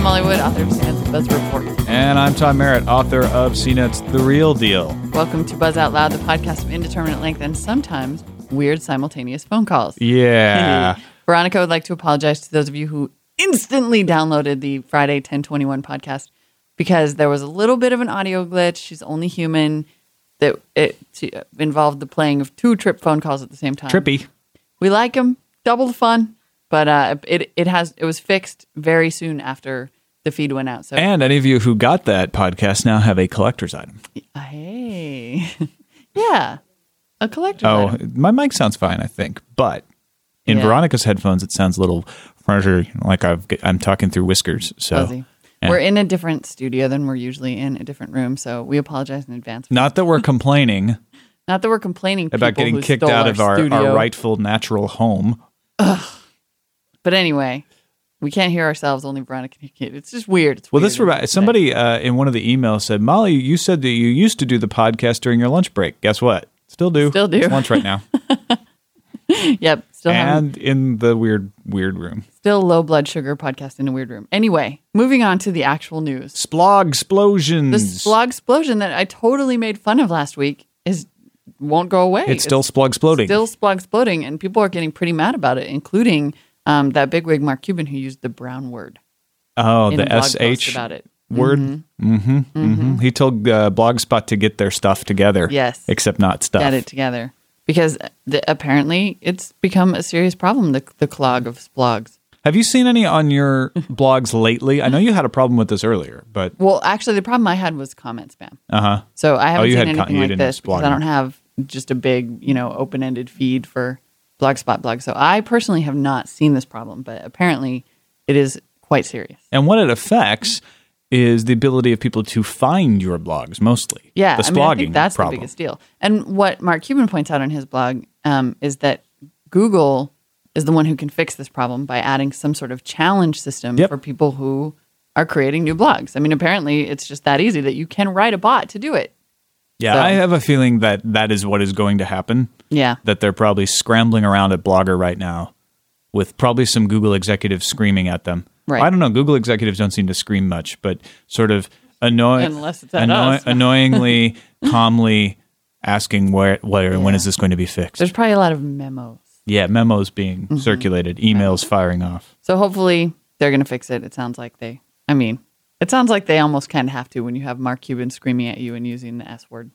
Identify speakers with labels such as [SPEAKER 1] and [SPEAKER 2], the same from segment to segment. [SPEAKER 1] Mollywood, author of CNET's Buzz Report.
[SPEAKER 2] And I'm Tom Merritt, author of CNET's The Real Deal.
[SPEAKER 1] Welcome to Buzz Out Loud, the podcast of indeterminate length and sometimes weird simultaneous phone calls.
[SPEAKER 2] Yeah.
[SPEAKER 1] Veronica would like to apologize to those of you who instantly downloaded the Friday 1021 podcast because there was a little bit of an audio glitch. She's only human. That it t- involved the playing of two trip phone calls at the same time.
[SPEAKER 2] Trippy.
[SPEAKER 1] We like them. Double the fun. But uh, it it has it was fixed very soon after the feed went out. So
[SPEAKER 2] And any of you who got that podcast now have a collector's item.
[SPEAKER 1] Uh, hey, yeah, a collector's
[SPEAKER 2] Oh,
[SPEAKER 1] item.
[SPEAKER 2] my mic sounds fine, I think, but in
[SPEAKER 1] Yeah.
[SPEAKER 2] Veronica's headphones, it sounds a little furniture like I've, I'm talking through whiskers. So,
[SPEAKER 1] Fuzzy.
[SPEAKER 2] yeah.
[SPEAKER 1] We're in a different studio than we're usually in, a different room. So we apologize in advance.
[SPEAKER 2] not that we're complaining
[SPEAKER 1] Not that we're complaining
[SPEAKER 2] about
[SPEAKER 1] people
[SPEAKER 2] getting
[SPEAKER 1] who
[SPEAKER 2] kicked
[SPEAKER 1] stole
[SPEAKER 2] out of our,
[SPEAKER 1] studio.
[SPEAKER 2] our rightful natural home.
[SPEAKER 1] But anyway, we can't hear ourselves. Only Veronica can hear it. It's just weird. It's
[SPEAKER 2] Well,
[SPEAKER 1] weird.
[SPEAKER 2] this remi-
[SPEAKER 1] It's
[SPEAKER 2] somebody uh, in one of the emails said, Molly, you said that you used to do the podcast during your lunch break. Guess what? Still do.
[SPEAKER 1] Still do.
[SPEAKER 2] It's lunch right now.
[SPEAKER 1] pathetic. Yep. Still, having,
[SPEAKER 2] and in the weird, weird room.
[SPEAKER 1] still low blood sugar podcast in a weird room. Anyway, moving on to the actual news.
[SPEAKER 2] Splog explosions.
[SPEAKER 1] The splog explosion that I totally made fun of last week is won't go away.
[SPEAKER 2] it's still splog exploding.
[SPEAKER 1] still splog exploding, and people are getting pretty mad about it, including um, that bigwig Mark Cuban who used the brown word.
[SPEAKER 2] oh,
[SPEAKER 1] in a
[SPEAKER 2] the
[SPEAKER 1] blog post
[SPEAKER 2] sh
[SPEAKER 1] about it.
[SPEAKER 2] word. Mm-hmm. Mm-hmm. He told uh, Blogspot to get their stuff together.
[SPEAKER 1] Yes.
[SPEAKER 2] except not stuff.
[SPEAKER 1] Get it together because uh, the, apparently it's become a serious problem. The the clog of splogs.
[SPEAKER 2] Have you seen any on your blogs lately? I know you had a problem with this earlier, but
[SPEAKER 1] Well, actually, the problem I had was comment spam.
[SPEAKER 2] uh huh.
[SPEAKER 1] So I haven't
[SPEAKER 2] you
[SPEAKER 1] seen
[SPEAKER 2] had con-
[SPEAKER 1] anything
[SPEAKER 2] you
[SPEAKER 1] like
[SPEAKER 2] didn't
[SPEAKER 1] this
[SPEAKER 2] blog
[SPEAKER 1] because I
[SPEAKER 2] it.
[SPEAKER 1] don't have just a big, you know, open-ended feed for Blogspot blog. So I personally have not seen this problem, but apparently it is quite serious.
[SPEAKER 2] And what it affects is the ability of people to find your blogs mostly.
[SPEAKER 1] Yeah,
[SPEAKER 2] the
[SPEAKER 1] I mean,
[SPEAKER 2] splogging
[SPEAKER 1] I think that's
[SPEAKER 2] problem.
[SPEAKER 1] the biggest deal. And what Mark Cuban points out on his blog um, is that Google is the one who can fix this problem by adding some sort of challenge system
[SPEAKER 2] Yep.
[SPEAKER 1] for people who are creating new blogs. I mean, apparently it's just that easy that you can write a bot to do it.
[SPEAKER 2] Yeah,
[SPEAKER 1] So-
[SPEAKER 2] I have a feeling that that is what is going to happen.
[SPEAKER 1] Yeah,
[SPEAKER 2] That they're probably scrambling around at Blogger right now, with probably some Google executives screaming at them.
[SPEAKER 1] Right.
[SPEAKER 2] I don't know. Google executives don't seem to scream much, but sort of annoying,
[SPEAKER 1] Unless it's at us.
[SPEAKER 2] annoyingly, calmly asking where, where, and when
[SPEAKER 1] Yeah.
[SPEAKER 2] is this going to be fixed?
[SPEAKER 1] there's Mm-hmm. probably a lot of memos.
[SPEAKER 2] yeah, memos being circulated, emails firing off.
[SPEAKER 1] So hopefully they're going to fix it. It sounds like they, I mean, it sounds like they almost kind of have to when you have Mark Cuban screaming at you and using the S word.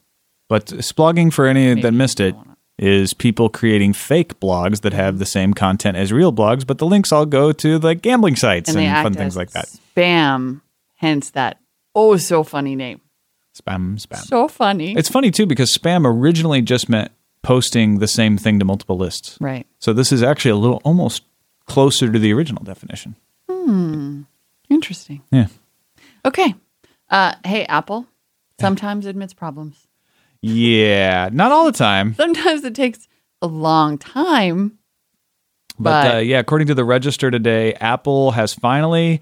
[SPEAKER 2] But splogging, for any
[SPEAKER 1] Maybe
[SPEAKER 2] that missed it,
[SPEAKER 1] people wanna-
[SPEAKER 2] is people creating fake blogs that have the same content as real blogs, but the links all go to the gambling sites
[SPEAKER 1] And
[SPEAKER 2] and,
[SPEAKER 1] they act
[SPEAKER 2] fun
[SPEAKER 1] as
[SPEAKER 2] things like that.
[SPEAKER 1] Spam, hence that oh so funny name.
[SPEAKER 2] Spam, spam.
[SPEAKER 1] So funny.
[SPEAKER 2] it's funny too because spam originally just meant posting the same thing to multiple lists.
[SPEAKER 1] right.
[SPEAKER 2] So this is actually a little almost closer to the original definition.
[SPEAKER 1] Interesting.
[SPEAKER 2] Yeah.
[SPEAKER 1] Okay. Uh, hey, Apple sometimes admits problems.
[SPEAKER 2] Yeah, not all the time.
[SPEAKER 1] Sometimes it takes a long time.
[SPEAKER 2] But, uh,
[SPEAKER 1] But-
[SPEAKER 2] yeah, according to the Register today, Apple has finally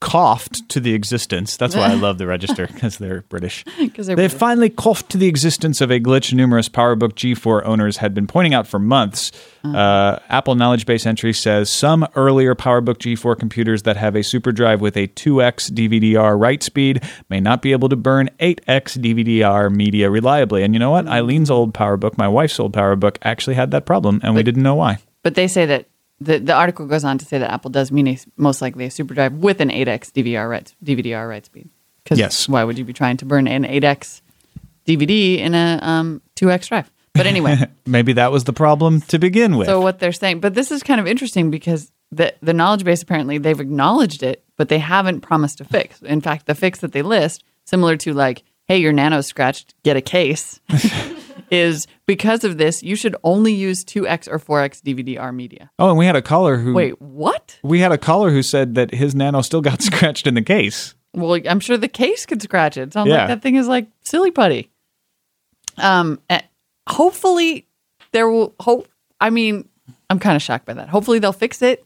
[SPEAKER 2] coughed to the existence. That's why I love the Register because they're British.
[SPEAKER 1] 'cause they're
[SPEAKER 2] They
[SPEAKER 1] British.
[SPEAKER 2] finally coughed to the existence of a glitch numerous PowerBook G4 owners had been pointing out for months.
[SPEAKER 1] Uh-huh.
[SPEAKER 2] Uh, Apple Knowledge Base entry says some earlier PowerBook G4 computers that have a SuperDrive with a 2x DVD-R write speed may not be able to burn 8x DVD-R media reliably. And you know what?
[SPEAKER 1] Mm-hmm.
[SPEAKER 2] Eileen's old PowerBook, my wife's old PowerBook, actually had that problem, and we didn't know why.
[SPEAKER 1] But they say that the, the article goes on to say that Apple does mean a, most likely a SuperDrive with an 8x DVR write, DVDR write speed. 'Cause
[SPEAKER 2] Yes.
[SPEAKER 1] Why would you be trying to burn an 8x DVD in a um, 2x drive? But anyway,
[SPEAKER 2] Maybe that was the problem to begin with.
[SPEAKER 1] so what they're saying, but this is kind of interesting because the the knowledge base apparently they've acknowledged it, but they haven't promised a fix. In fact, the fix that they list, similar to like, hey, your nano's scratched, get a case, is because of this, you should only use 2x or 4x DVD-R media.
[SPEAKER 2] oh, and we had a caller who
[SPEAKER 1] Wait, what?
[SPEAKER 2] we had a caller who said that his nano still got scratched in the case.
[SPEAKER 1] Well, I'm sure the case could scratch it. Sounds
[SPEAKER 2] Yeah.
[SPEAKER 1] like that thing is like silly putty. Um, eh, hopefully there will hope. I mean, I'm kind of shocked by that. Hopefully they'll fix it.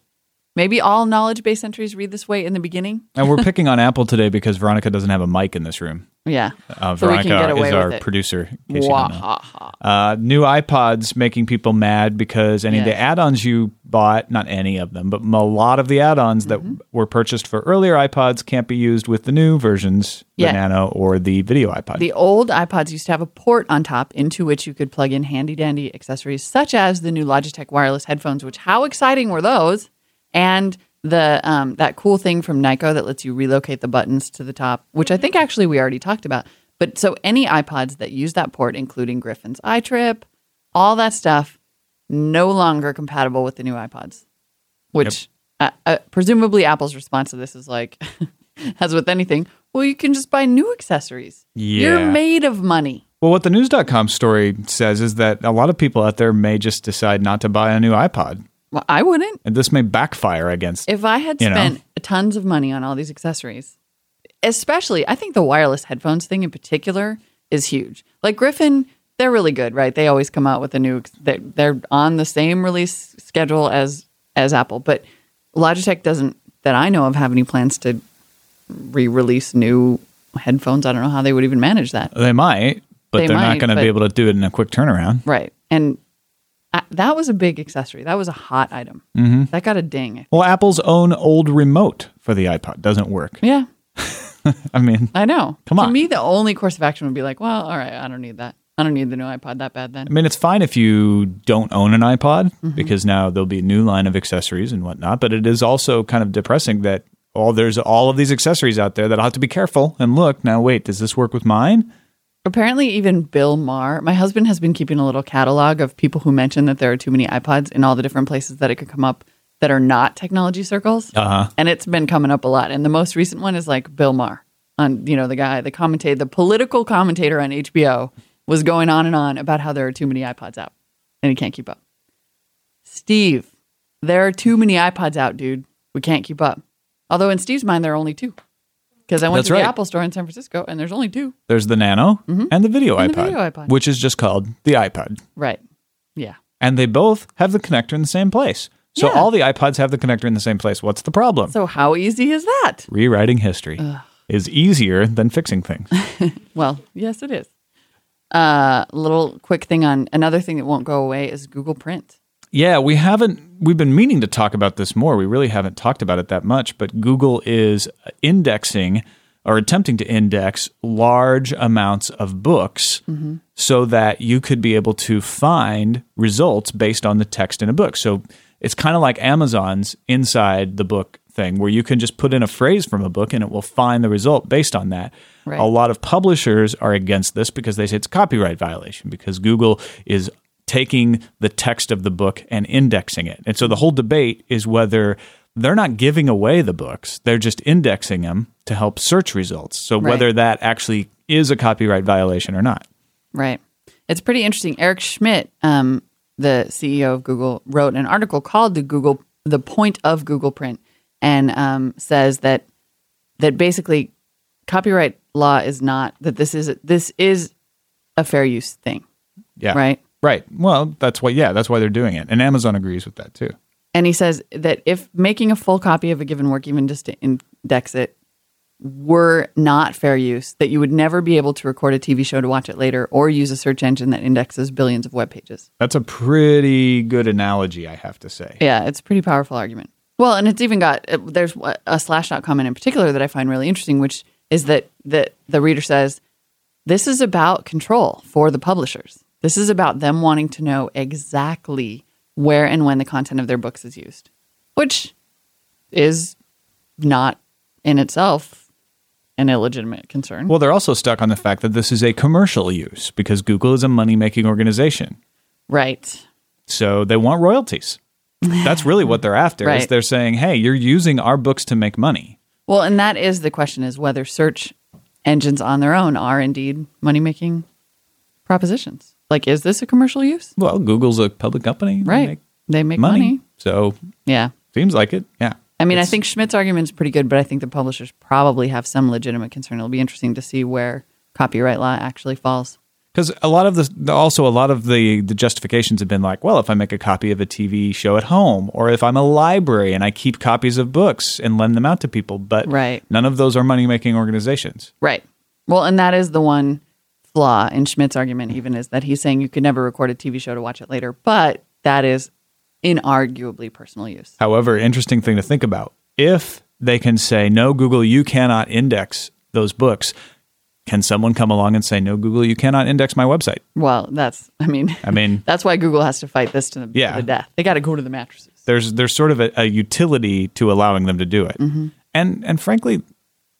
[SPEAKER 1] Maybe all knowledge base entries read this way in the beginning.
[SPEAKER 2] And we're picking on Apple today because Veronica doesn't have a mic in this room.
[SPEAKER 1] Yeah,
[SPEAKER 2] Uh,
[SPEAKER 1] so we
[SPEAKER 2] Veronica
[SPEAKER 1] can get away
[SPEAKER 2] is our
[SPEAKER 1] with it.
[SPEAKER 2] producer. in case you don't know.
[SPEAKER 1] Wahaha.
[SPEAKER 2] Uh, new iPods making people mad because any of the
[SPEAKER 1] Yes.
[SPEAKER 2] add-ons you bought, not any of them, but a lot of the add ons
[SPEAKER 1] Mm-hmm.
[SPEAKER 2] that were purchased for earlier iPods can't be used with the new versions,
[SPEAKER 1] Yeah.
[SPEAKER 2] the Nano or the video iPod.
[SPEAKER 1] The old iPods used to have a port on top into which you could plug in handy dandy accessories such as the new Logitech wireless headphones, which how exciting were those? And the um, that cool thing from Nyko that lets you relocate the buttons to the top, which I think actually we already talked about. But so any iPods that use that port, including Griffin's iTrip, all that stuff, no longer compatible with the new iPods. Which uh, uh, presumably Apple's response to this is like, as with anything, well, you can just buy new accessories.
[SPEAKER 2] Yeah.
[SPEAKER 1] You're made of money.
[SPEAKER 2] Well, what the news.com story says is that a lot of people out there may just decide not to buy a new iPod.
[SPEAKER 1] Well, I wouldn't.
[SPEAKER 2] And this may backfire against.
[SPEAKER 1] If I had
[SPEAKER 2] You know.
[SPEAKER 1] spent tons of money on all these accessories, especially, I think the wireless headphones thing in particular is huge. Like Griffin, they're really good, right? They always come out with a new. They're, they're on the same release schedule as as Apple, but Logitech doesn't, that I know of, have any plans to re-release new headphones. I don't know how they would even manage that.
[SPEAKER 2] they might, but
[SPEAKER 1] They
[SPEAKER 2] they are
[SPEAKER 1] might,
[SPEAKER 2] not going to
[SPEAKER 1] but-
[SPEAKER 2] be able to do it in a quick turnaround.
[SPEAKER 1] Right. And I, that was a big accessory. That was a hot item. Mm-hmm. That got a ding.
[SPEAKER 2] Well, Apple's own old remote for the iPod doesn't work.
[SPEAKER 1] Yeah,
[SPEAKER 2] I mean,
[SPEAKER 1] I know.
[SPEAKER 2] Come
[SPEAKER 1] To
[SPEAKER 2] on.
[SPEAKER 1] me, the only course of action would be like, well, all right, I don't need that. I don't need the new iPod that bad then.
[SPEAKER 2] I mean, it's fine if you don't own an iPod
[SPEAKER 1] Mm-hmm.
[SPEAKER 2] because now there'll be a new line of accessories and whatnot. But it is also kind of depressing that all there's all of these accessories out there that I'll have to be careful and look. Now, wait, does this work with mine?
[SPEAKER 1] Apparently, even Bill Maher, my husband has been keeping a little catalog of people who mention that there are too many iPods in all the different places that it could come up that are not technology circles.
[SPEAKER 2] Uh huh.
[SPEAKER 1] and it's been coming up a lot. And the most recent one is like Bill Maher on you know the guy, the commentator, the political commentator on HBO was going on and on about how there are too many iPods out and he can't keep up. Steve, there are too many iPods out, dude. We can't keep up. Although in Steve's mind there are only two. Because I went
[SPEAKER 2] That's
[SPEAKER 1] to the
[SPEAKER 2] right.
[SPEAKER 1] Apple store in San Francisco and there's only two.
[SPEAKER 2] There's the Nano and the video
[SPEAKER 1] Mm-hmm. And the
[SPEAKER 2] iPod,
[SPEAKER 1] video iPod.
[SPEAKER 2] which is just called the iPod.
[SPEAKER 1] Right. Yeah.
[SPEAKER 2] And they both have the connector in the same place. So
[SPEAKER 1] Yeah.
[SPEAKER 2] all the iPods have the connector in the same place. What's the problem?
[SPEAKER 1] So how easy is that?
[SPEAKER 2] Rewriting history is easier than fixing things.
[SPEAKER 1] Well, yes, it is. Uh, little quick thing on another thing that won't go away is Google Print.
[SPEAKER 2] Yeah, we haven't. We've been meaning to talk about this more. We really haven't talked about it that much, but Google is indexing or attempting to index large amounts of books so that you could be able to find results based on the text in a book. So it's kind of like Amazon's inside the book thing where you can just put in a phrase from a book and it will find the result based on that.
[SPEAKER 1] Right.
[SPEAKER 2] A lot of publishers are against this because they say it's copyright violation because Google is taking the text of the book and indexing it. And so the whole debate is whether they're not giving away the books, they're just indexing them to help search results. So
[SPEAKER 1] Right.
[SPEAKER 2] whether that actually is a copyright violation or not.
[SPEAKER 1] Right. It's pretty interesting. Eric Schmidt, um, the CEO of Google, wrote an article called "The Google the Point of Google Print," and um, says that that basically copyright law is not that this is this is a fair use thing,
[SPEAKER 2] Yeah.
[SPEAKER 1] right?
[SPEAKER 2] Right. Well, that's why yeah, that's why they're doing it. And Amazon agrees with that too.
[SPEAKER 1] And he says that if making a full copy of a given work, even just to index it, were not fair use, that you would never be able to record a TV show to watch it later or use a search engine that indexes billions of web pages.
[SPEAKER 2] That's a pretty good analogy, I have to say.
[SPEAKER 1] Yeah, it's a pretty powerful argument. Well, and it's even got uh, there's a- a Slashdot comment in particular that I find really interesting, which is that that the reader says this is about control for the publishers. This is about them wanting to know exactly where and when the content of their books is used, which is not in itself an illegitimate concern.
[SPEAKER 2] Well, they're also stuck on the fact that this is a commercial use because Google is a money making organization.
[SPEAKER 1] right.
[SPEAKER 2] So they want royalties. That's really what they're after. Is
[SPEAKER 1] Right.
[SPEAKER 2] they're saying, "Hey, you're using our books to make money."
[SPEAKER 1] Well, and that is the question is whether search engines on their own are indeed money making propositions. Like, is this a commercial use?
[SPEAKER 2] Well, Google's a public company, They
[SPEAKER 1] Right.
[SPEAKER 2] make
[SPEAKER 1] they make
[SPEAKER 2] money.
[SPEAKER 1] money.
[SPEAKER 2] So
[SPEAKER 1] Yeah.
[SPEAKER 2] seems like it. Yeah.
[SPEAKER 1] I mean, I
[SPEAKER 2] It's-
[SPEAKER 1] think Schmidt's argument is pretty good, but I think the publishers probably have some legitimate concern. It'll be interesting to see where copyright law actually falls.
[SPEAKER 2] because a lot of the the- also a lot of the the justifications have been like, well, if I make a copy of a TV show at home, or if I'm a library and I keep copies of books and lend them out to people, but
[SPEAKER 1] Right.
[SPEAKER 2] none of those are money making organizations.
[SPEAKER 1] Right. Well, and that is the one flaw in Schmidt's argument, even is that he's saying you could never record a TV show to watch it later, but that is inarguably personal use.
[SPEAKER 2] However, interesting thing to think about if they can say, no, Google, you cannot index those books, can someone come along and say, no, Google, you cannot index my website?
[SPEAKER 1] Well, that's, I mean,
[SPEAKER 2] I mean,
[SPEAKER 1] that's why Google has to fight this to the, to
[SPEAKER 2] Yeah.
[SPEAKER 1] the death. They got to go to the mattresses.
[SPEAKER 2] there's, there's sort of a, a utility to allowing them to do it. And, and frankly,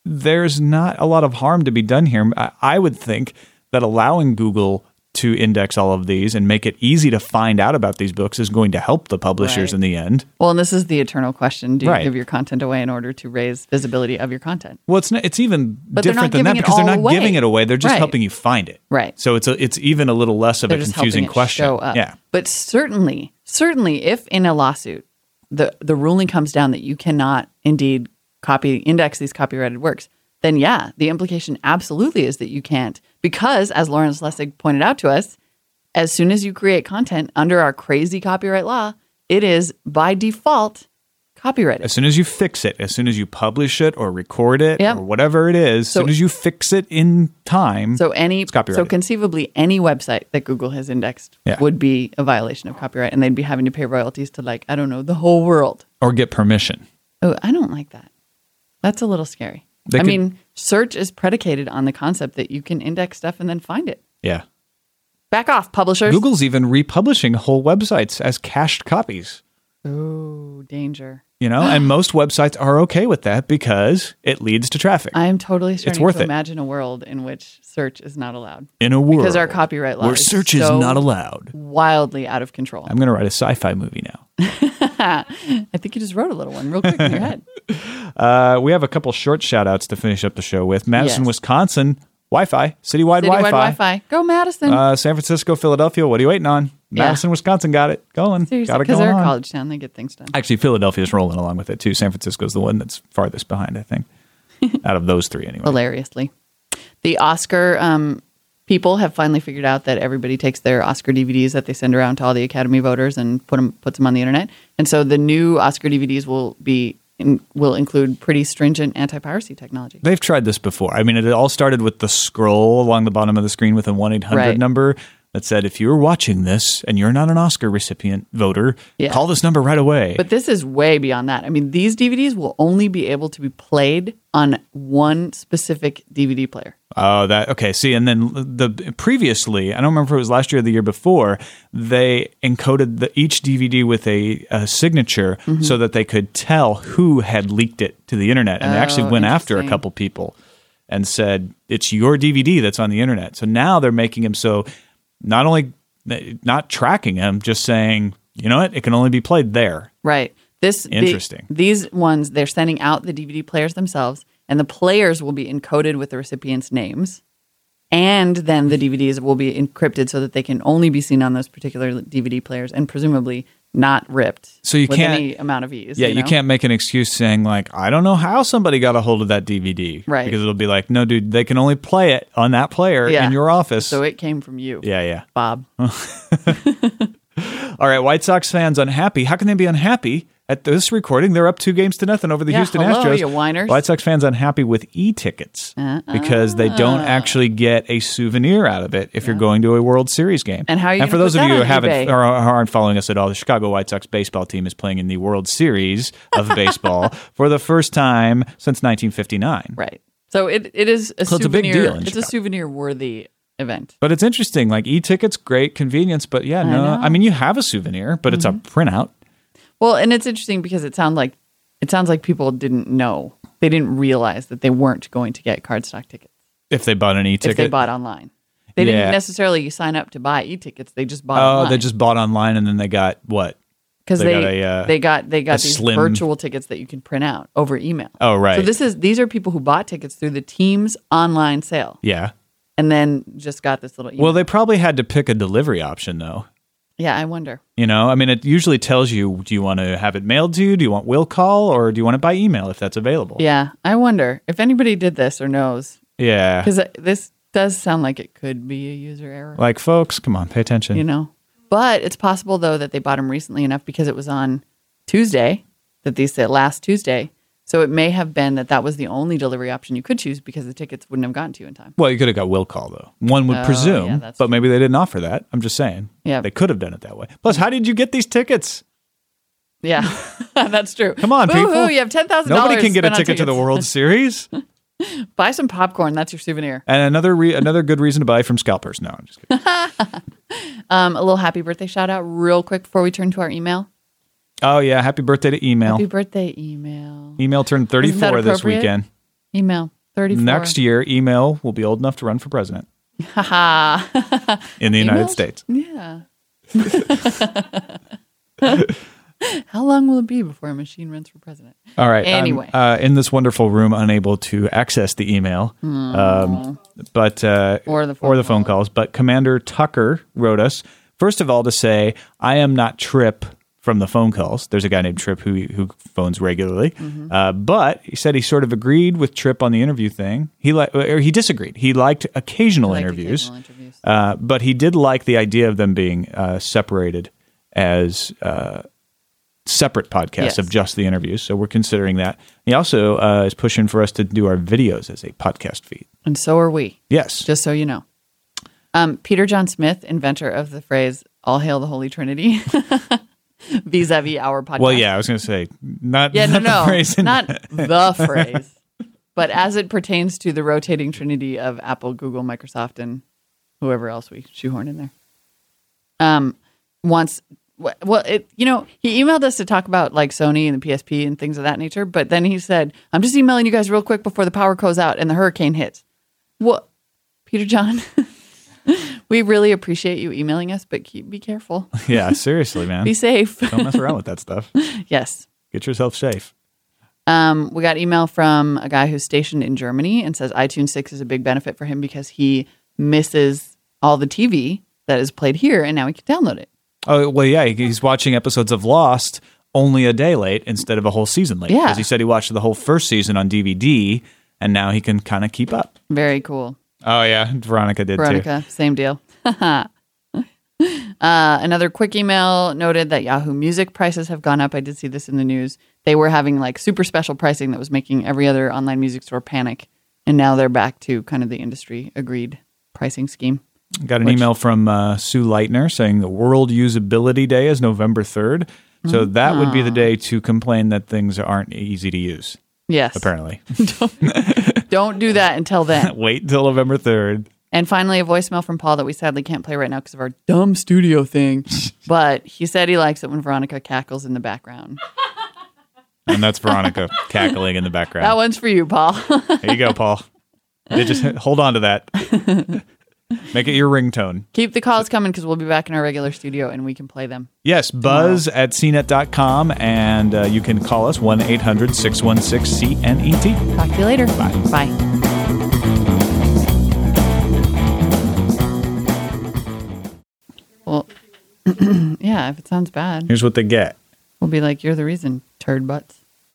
[SPEAKER 2] there's not a lot of harm to be done here. I, I would think that allowing Google to index all of these and make it easy to find out about these books is going to help the publishers
[SPEAKER 1] Right.
[SPEAKER 2] in the end.
[SPEAKER 1] Well, and this is the eternal question: Do you
[SPEAKER 2] Right.
[SPEAKER 1] give your content away in order to raise visibility of your content?
[SPEAKER 2] Well, it's not, it's even
[SPEAKER 1] they're
[SPEAKER 2] different
[SPEAKER 1] not
[SPEAKER 2] than that
[SPEAKER 1] giving it
[SPEAKER 2] because they're
[SPEAKER 1] all
[SPEAKER 2] not
[SPEAKER 1] away.
[SPEAKER 2] giving it away. They're just
[SPEAKER 1] Right.
[SPEAKER 2] helping you find it.
[SPEAKER 1] Right.
[SPEAKER 2] So it's a, it's even a little less of
[SPEAKER 1] They're
[SPEAKER 2] a
[SPEAKER 1] just
[SPEAKER 2] confusing
[SPEAKER 1] helping it
[SPEAKER 2] question.
[SPEAKER 1] show up.
[SPEAKER 2] Yeah.
[SPEAKER 1] But certainly, certainly, if in a lawsuit the the ruling comes down that you cannot indeed copy index these copyrighted works, then yeah, the implication absolutely is that you can't because, as Lawrence Lessig pointed out to us, as soon as you create content under our crazy copyright law, it is by default copyrighted.
[SPEAKER 2] As soon as you fix it, as soon as you publish it or record it
[SPEAKER 1] Yep.
[SPEAKER 2] or whatever it is, as
[SPEAKER 1] So-
[SPEAKER 2] soon as you fix it in time,
[SPEAKER 1] So any so
[SPEAKER 2] Mm-hmm. copyrighted.
[SPEAKER 1] conceivably any website that Google has indexed
[SPEAKER 2] Yeah.
[SPEAKER 1] would be a violation of copyright, and they'd be having to pay royalties to like I don't know the whole world.
[SPEAKER 2] or get permission.
[SPEAKER 1] Oh, I don't like that. That's a little scary.
[SPEAKER 2] They
[SPEAKER 1] I
[SPEAKER 2] could-
[SPEAKER 1] mean, search is predicated on the concept that you can index stuff and then find it.
[SPEAKER 2] Yeah.
[SPEAKER 1] Back off, publishers.
[SPEAKER 2] Google's even republishing whole websites as cached copies,
[SPEAKER 1] Oh, danger.
[SPEAKER 2] you know, and most websites are okay with that because it leads to traffic.
[SPEAKER 1] I am totally starting
[SPEAKER 2] worth
[SPEAKER 1] to
[SPEAKER 2] it.
[SPEAKER 1] imagine a world in which search is not allowed.
[SPEAKER 2] in a world
[SPEAKER 1] Because our copyright law
[SPEAKER 2] where
[SPEAKER 1] is
[SPEAKER 2] search is
[SPEAKER 1] so
[SPEAKER 2] not allowed.
[SPEAKER 1] Wildly out of control.
[SPEAKER 2] I'm going to write a sci-fi movie now.
[SPEAKER 1] I think you just wrote a little one real quick in your head.
[SPEAKER 2] Uh, we have a couple short shout outs to finish up the show with Madison,
[SPEAKER 1] Yes.
[SPEAKER 2] Wisconsin, Wi Fi, citywide,
[SPEAKER 1] Citywide
[SPEAKER 2] Wi
[SPEAKER 1] Wi
[SPEAKER 2] Fi.
[SPEAKER 1] Fi. Go, Madison.
[SPEAKER 2] Uh, San Francisco, Philadelphia, what are you waiting on?
[SPEAKER 1] Yeah.
[SPEAKER 2] Madison, Wisconsin got it going.
[SPEAKER 1] Seriously,
[SPEAKER 2] got it
[SPEAKER 1] because
[SPEAKER 2] going
[SPEAKER 1] they're
[SPEAKER 2] on.
[SPEAKER 1] a college town, they get things done.
[SPEAKER 2] Actually, Philadelphia's rolling along with it too. San Francisco's the one that's farthest behind, I think, out of those three, anyway.
[SPEAKER 1] hilariously. The Oscar um, people have finally figured out that everybody takes their Oscar DVDs that they send around to all the Academy voters and put 'em- puts them on the internet. And so the new Oscar DVDs will be in, will include pretty stringent anti piracy technology.
[SPEAKER 2] They've tried this before. I mean, it all started with the scroll along the bottom of the screen with a 1 800
[SPEAKER 1] Right.
[SPEAKER 2] number that said, if you're watching this and you're not an Oscar recipient voter,
[SPEAKER 1] Yeah.
[SPEAKER 2] call this number right away.
[SPEAKER 1] But this is way beyond that. I mean, these DVDs will only be able to be played on one specific DVD player.
[SPEAKER 2] Oh, that okay. See, and then the previously, I don't remember if it was last year or the year before, they encoded the, each DVD with a, a signature
[SPEAKER 1] Mm-hmm.
[SPEAKER 2] so that they could tell who had leaked it to the internet. And they actually
[SPEAKER 1] Oh,
[SPEAKER 2] went after a
[SPEAKER 1] interesting.
[SPEAKER 2] couple people and said, "It's your DVD that's on the internet." So now they're making him so not only not tracking him, just saying, you know what, it can only be played there.
[SPEAKER 1] Right. This the-
[SPEAKER 2] Interesting.
[SPEAKER 1] these ones they're sending out the DVD players themselves, and the players will be encoded with the recipients' names, and then the DVDs will be encrypted so that they can only be seen on those particular DVD players, and presumably not ripped.
[SPEAKER 2] So you
[SPEAKER 1] with
[SPEAKER 2] can't-
[SPEAKER 1] any amount of ease.
[SPEAKER 2] Yeah, you,
[SPEAKER 1] know?
[SPEAKER 2] can't make an excuse saying like, I don't know how somebody got a hold of that DVD,
[SPEAKER 1] Right.
[SPEAKER 2] Because it'll be like, no, dude, they can only play it on that player
[SPEAKER 1] Yeah.
[SPEAKER 2] in your office.
[SPEAKER 1] So it came from you,
[SPEAKER 2] yeah, yeah.
[SPEAKER 1] Bob.
[SPEAKER 2] All right, White Sox fans unhappy. How can they be unhappy at this recording? They're up two games to nothing over the
[SPEAKER 1] Yeah,
[SPEAKER 2] Houston
[SPEAKER 1] hello,
[SPEAKER 2] Astros.
[SPEAKER 1] you whiners. Uh-uh.
[SPEAKER 2] White Sox fans unhappy with e-tickets because they don't actually get a souvenir out of it if you're going to a World Series game.
[SPEAKER 1] And how are you
[SPEAKER 2] And for
[SPEAKER 1] gonna
[SPEAKER 2] those
[SPEAKER 1] put
[SPEAKER 2] of you
[SPEAKER 1] that
[SPEAKER 2] who
[SPEAKER 1] on
[SPEAKER 2] haven't
[SPEAKER 1] eBay?
[SPEAKER 2] or aren't following us at all, the Chicago White Sox baseball team is playing in the World Series of baseball for the first time since 1959.
[SPEAKER 1] Right. So it, it is a
[SPEAKER 2] So it's a big
[SPEAKER 1] souvenir.
[SPEAKER 2] deal in
[SPEAKER 1] it's a
[SPEAKER 2] Chicago.
[SPEAKER 1] souvenir worthy event.
[SPEAKER 2] But it's interesting. Like e-tickets, great convenience, but yeah, no. I, mean, you have a souvenir, but it's a
[SPEAKER 1] Mm-hmm.
[SPEAKER 2] printout.
[SPEAKER 1] Well, and it's interesting because it sounds like it sounds like people didn't know. They didn't realize that they weren't going to get cardstock tickets
[SPEAKER 2] If they bought an
[SPEAKER 1] if they
[SPEAKER 2] e-ticket,
[SPEAKER 1] bought online. They
[SPEAKER 2] Yeah.
[SPEAKER 1] didn't necessarily sign up to buy e-tickets. They just bought
[SPEAKER 2] Oh,
[SPEAKER 1] online.
[SPEAKER 2] they just bought online and then they got what?
[SPEAKER 1] because
[SPEAKER 2] they
[SPEAKER 1] they
[SPEAKER 2] got a, uh,
[SPEAKER 1] they got they got
[SPEAKER 2] a
[SPEAKER 1] these
[SPEAKER 2] slim-
[SPEAKER 1] virtual tickets that you can print out over email.
[SPEAKER 2] Oh, right.
[SPEAKER 1] So this is these are people who bought tickets through the team's online sale
[SPEAKER 2] Yeah.
[SPEAKER 1] and then just got this little email.
[SPEAKER 2] Well, they probably had to pick a delivery option though.
[SPEAKER 1] yeah, I wonder.
[SPEAKER 2] You know, I mean, it usually tells you do you want to have it mailed to you? Do you want will call or do you want it by email if that's available?
[SPEAKER 1] Yeah, I wonder if anybody did this or knows
[SPEAKER 2] Yeah.
[SPEAKER 1] because this does sound like it could be a user error.
[SPEAKER 2] Like, folks, come on, pay attention.
[SPEAKER 1] you know. But it's possible though that they bought them recently enough because it was on Tuesday that these said last Tuesday. So it may have been that that was the only delivery option you could choose because the tickets wouldn't have gotten to you in time.
[SPEAKER 2] well, you could have got will call though. One would
[SPEAKER 1] Oh,
[SPEAKER 2] presume,
[SPEAKER 1] yeah, that's
[SPEAKER 2] but maybe they didn't offer that. I'm just saying.
[SPEAKER 1] Yeah.
[SPEAKER 2] They could have done it that way. Plus, how did you get these tickets?
[SPEAKER 1] Yeah, that's true.
[SPEAKER 2] Come on,
[SPEAKER 1] Boo-hoo,
[SPEAKER 2] people.
[SPEAKER 1] You have ten thousand.
[SPEAKER 2] Nobody can get a ticket to the World Series. And
[SPEAKER 1] Buy some popcorn. That's your souvenir.
[SPEAKER 2] another re- another good reason to buy from scalpers. No, I'm just kidding.
[SPEAKER 1] Um, a little happy birthday shout out, real quick, before we turn to our email.
[SPEAKER 2] Oh yeah, happy birthday to email.
[SPEAKER 1] Happy birthday, email.
[SPEAKER 2] email turned
[SPEAKER 1] Isn't that
[SPEAKER 2] 34 this
[SPEAKER 1] appropriate?
[SPEAKER 2] weekend.
[SPEAKER 1] Email thirty-four.
[SPEAKER 2] Next e- year, email will be old enough to run for president
[SPEAKER 1] Haha.
[SPEAKER 2] in the United
[SPEAKER 1] Email?
[SPEAKER 2] States.
[SPEAKER 1] yeah. How long will it be before a machine runs for president?
[SPEAKER 2] All right. I'm,
[SPEAKER 1] Anyway.
[SPEAKER 2] uh, in this wonderful room, unable to access the email, um, but uh,
[SPEAKER 1] Hmm. Or the
[SPEAKER 2] or the
[SPEAKER 1] phone
[SPEAKER 2] phone calls. But Commander Tucker wrote us first of all to say, "I am not Trip." From the phone calls, there's a guy named Trip who who phones regularly,
[SPEAKER 1] Mm-hmm.
[SPEAKER 2] uh, but he said he sort of agreed with Trip on the interview thing. He li- or he disagreed. He liked occasional
[SPEAKER 1] Like
[SPEAKER 2] interviews,
[SPEAKER 1] occasional interviews.
[SPEAKER 2] Uh, but he did like the idea of them being uh, separated as uh, separate podcasts
[SPEAKER 1] Yes.
[SPEAKER 2] of just the interviews. So we're considering that. He also uh, is pushing for us to do our videos as a podcast feed.
[SPEAKER 1] And so are we.
[SPEAKER 2] Yes.
[SPEAKER 1] just so you know. Um, Peter John Smith, inventor of the phrase "All hail the Holy Trinity," vis-a-vis our podcast.
[SPEAKER 2] well, yeah, I was going to say not.
[SPEAKER 1] yeah, no,
[SPEAKER 2] not the
[SPEAKER 1] no,
[SPEAKER 2] phrase in-
[SPEAKER 1] not the phrase, but as it pertains to the rotating Trinity of Apple, Google, Microsoft, and whoever else we shoehorn in there. Um, wants wh- well, it you know he emailed us to talk about like Sony and the PSP and things of that nature, but then he said, "I'm just emailing you guys real quick before the power goes out and the hurricane hits." What, Peter John? we really appreciate you emailing us, but keep be careful,
[SPEAKER 2] yeah, seriously, man.
[SPEAKER 1] be safe.
[SPEAKER 2] Don't mess around with that stuff.
[SPEAKER 1] yes.
[SPEAKER 2] Get yourself safe.
[SPEAKER 1] Um, we got email from a guy who's stationed in Germany and says iTunes 6 is a big benefit for him because he misses all the TV that is played here and now he can download it.
[SPEAKER 2] Oh well, yeah, he- he's watching episodes of Lost only a day late instead of a whole season late.
[SPEAKER 1] Yeah.
[SPEAKER 2] because he said he watched the whole first season on DVD, and now he can kind of keep up.
[SPEAKER 1] Very cool.
[SPEAKER 2] Oh yeah, Veronica did too.
[SPEAKER 1] Veronica, same deal. uh, another quick email noted that Yahoo Music prices have gone up. I did see this in the news. They were having like super special pricing that was making every other online music store panic. And now they're back to kind of the industry agreed pricing scheme.
[SPEAKER 2] Got an email from uh, Sue Leitner saying the World Usability Day is November third, so that would be the day to complain that things aren't easy to use.
[SPEAKER 1] Yes.
[SPEAKER 2] Apparently,
[SPEAKER 1] Don't do that until then.
[SPEAKER 2] wait till November third.
[SPEAKER 1] And finally, a voicemail from Paul that we sadly can't play right now because of our dumb studio thing. but he said he likes it when Veronica cackles in the background.
[SPEAKER 2] And that's Veronica cackling in the
[SPEAKER 1] That
[SPEAKER 2] background.
[SPEAKER 1] one's for you, Paul.
[SPEAKER 2] There you go, Paul. You just hold on to that. Make it your ringtone.
[SPEAKER 1] Keep the calls coming because we'll be back in our regular studio and we can play them.
[SPEAKER 2] Yes, buzz at cnet.com, and uh, you can call us 1 800 616 CNET.
[SPEAKER 1] Talk to you later. Bye. Bye. Well, yeah, if it sounds bad,
[SPEAKER 2] Here's what they get.
[SPEAKER 1] we'll be like, you're the reason, turd butts.